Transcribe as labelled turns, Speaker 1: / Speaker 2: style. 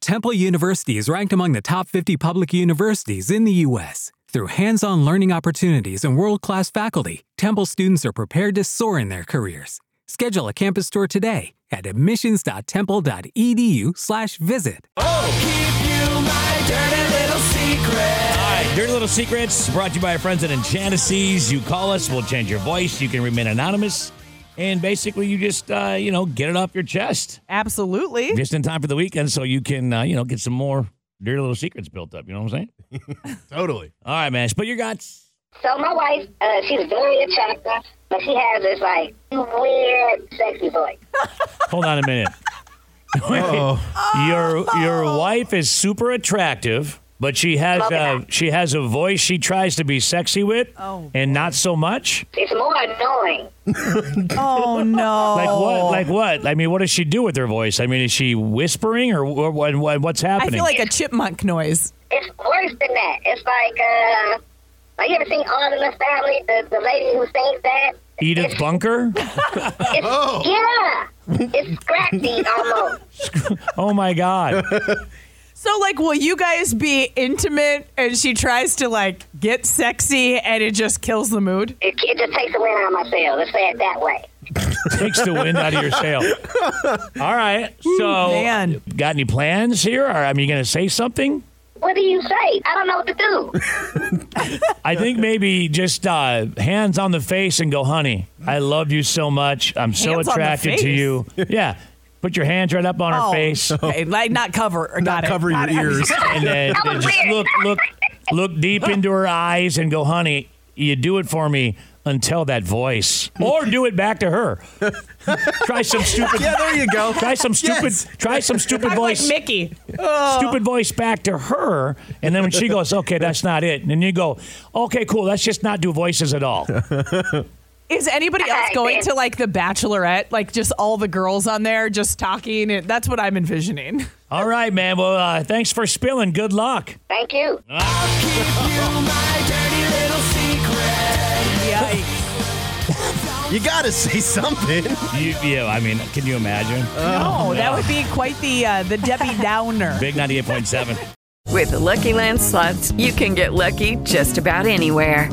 Speaker 1: Temple University is ranked among the top 50 public universities in the U.S. Through hands on learning opportunities and world class faculty, Temple students are prepared to soar in their careers. Schedule a campus tour today at E admissions.temple.edu/slash visit.
Speaker 2: All right, Dirty Little Secrets brought to you by our friends at Enchantasies. You call us, we'll change your voice. You can remain anonymous. And basically, you just, uh, you know, get it off your chest
Speaker 3: Absolutely.
Speaker 2: just in time for the weekend so you can, uh, you know, get some more Dirty Little Secrets built up. You know what I'm saying?
Speaker 4: Totally.
Speaker 2: All right, man. Spill your guts.
Speaker 5: So my wife, uh, she's very attractive, but she has this like weird, sexy voice.
Speaker 2: Hold on a minute.
Speaker 4: Oh,
Speaker 2: Your your wife is super attractive, but she has a, she has a voice she tries to be sexy with,
Speaker 3: Oh,
Speaker 2: and not so much.
Speaker 5: It's more annoying.
Speaker 3: Oh no.
Speaker 2: Like
Speaker 3: Oh.
Speaker 2: what? Like what? I mean, what does she do with her voice? I mean, is she whispering or, or, what- what- what's
Speaker 3: I
Speaker 2: happening?
Speaker 3: feel like a chipmunk noise.
Speaker 5: It's worse than that. It's like, uh, like you ever seen All in the Family? The, the lady who sings that?
Speaker 2: Edith Bunker.
Speaker 5: It's, Yeah, it's scratchy almost.
Speaker 2: Oh my God!
Speaker 3: So like will you guys be intimate and she tries to like get sexy and it just kills the mood?
Speaker 5: It, it just takes the wind out of my sail. Let's say it that way.
Speaker 2: Takes the wind out of your sail. All right. So,
Speaker 3: man.
Speaker 2: got any plans here? Or I mean, you gonna say something?
Speaker 5: What do you say? I don't know what to do.
Speaker 2: I think maybe just uh, hands on the face and go, honey, I love you so much. I'm so
Speaker 3: Hands on the
Speaker 2: attracted
Speaker 3: face?
Speaker 2: to you. Yeah. Put your hands right up on her face.
Speaker 3: Oh. Okay, like not cover. Or
Speaker 4: not
Speaker 3: got it.
Speaker 4: cover your
Speaker 3: Got it.
Speaker 4: ears.
Speaker 2: And then
Speaker 5: That was
Speaker 2: just
Speaker 5: weird.
Speaker 2: look, look, look deep into her eyes and go, honey, you do it for me until that voice. Or do it back to her. try some stupid.
Speaker 4: yeah, there you go.
Speaker 2: Try some stupid.
Speaker 4: Yes.
Speaker 2: Try some stupid
Speaker 3: I'm like
Speaker 2: voice.
Speaker 3: Mickey.
Speaker 2: stupid voice back to her. And then when she goes, okay, that's not it. And then you go, okay, cool. Let's just not do voices at all.
Speaker 3: Is anybody else
Speaker 5: Hi,
Speaker 3: going
Speaker 5: man.
Speaker 3: to like the Bachelorette? Like just all the girls on there just talking. And that's what I'm envisioning.
Speaker 2: All right, man. Well, uh, thanks for spilling. Good luck.
Speaker 5: Thank you.
Speaker 4: You gotta say something.
Speaker 2: You, yeah, I mean, can you imagine?
Speaker 4: Uh.
Speaker 3: no, Oh, that would be quite the uh, the Debbie Downer.
Speaker 2: Big 98.7.
Speaker 6: With the Lucky Land slots, you can get lucky just about anywhere.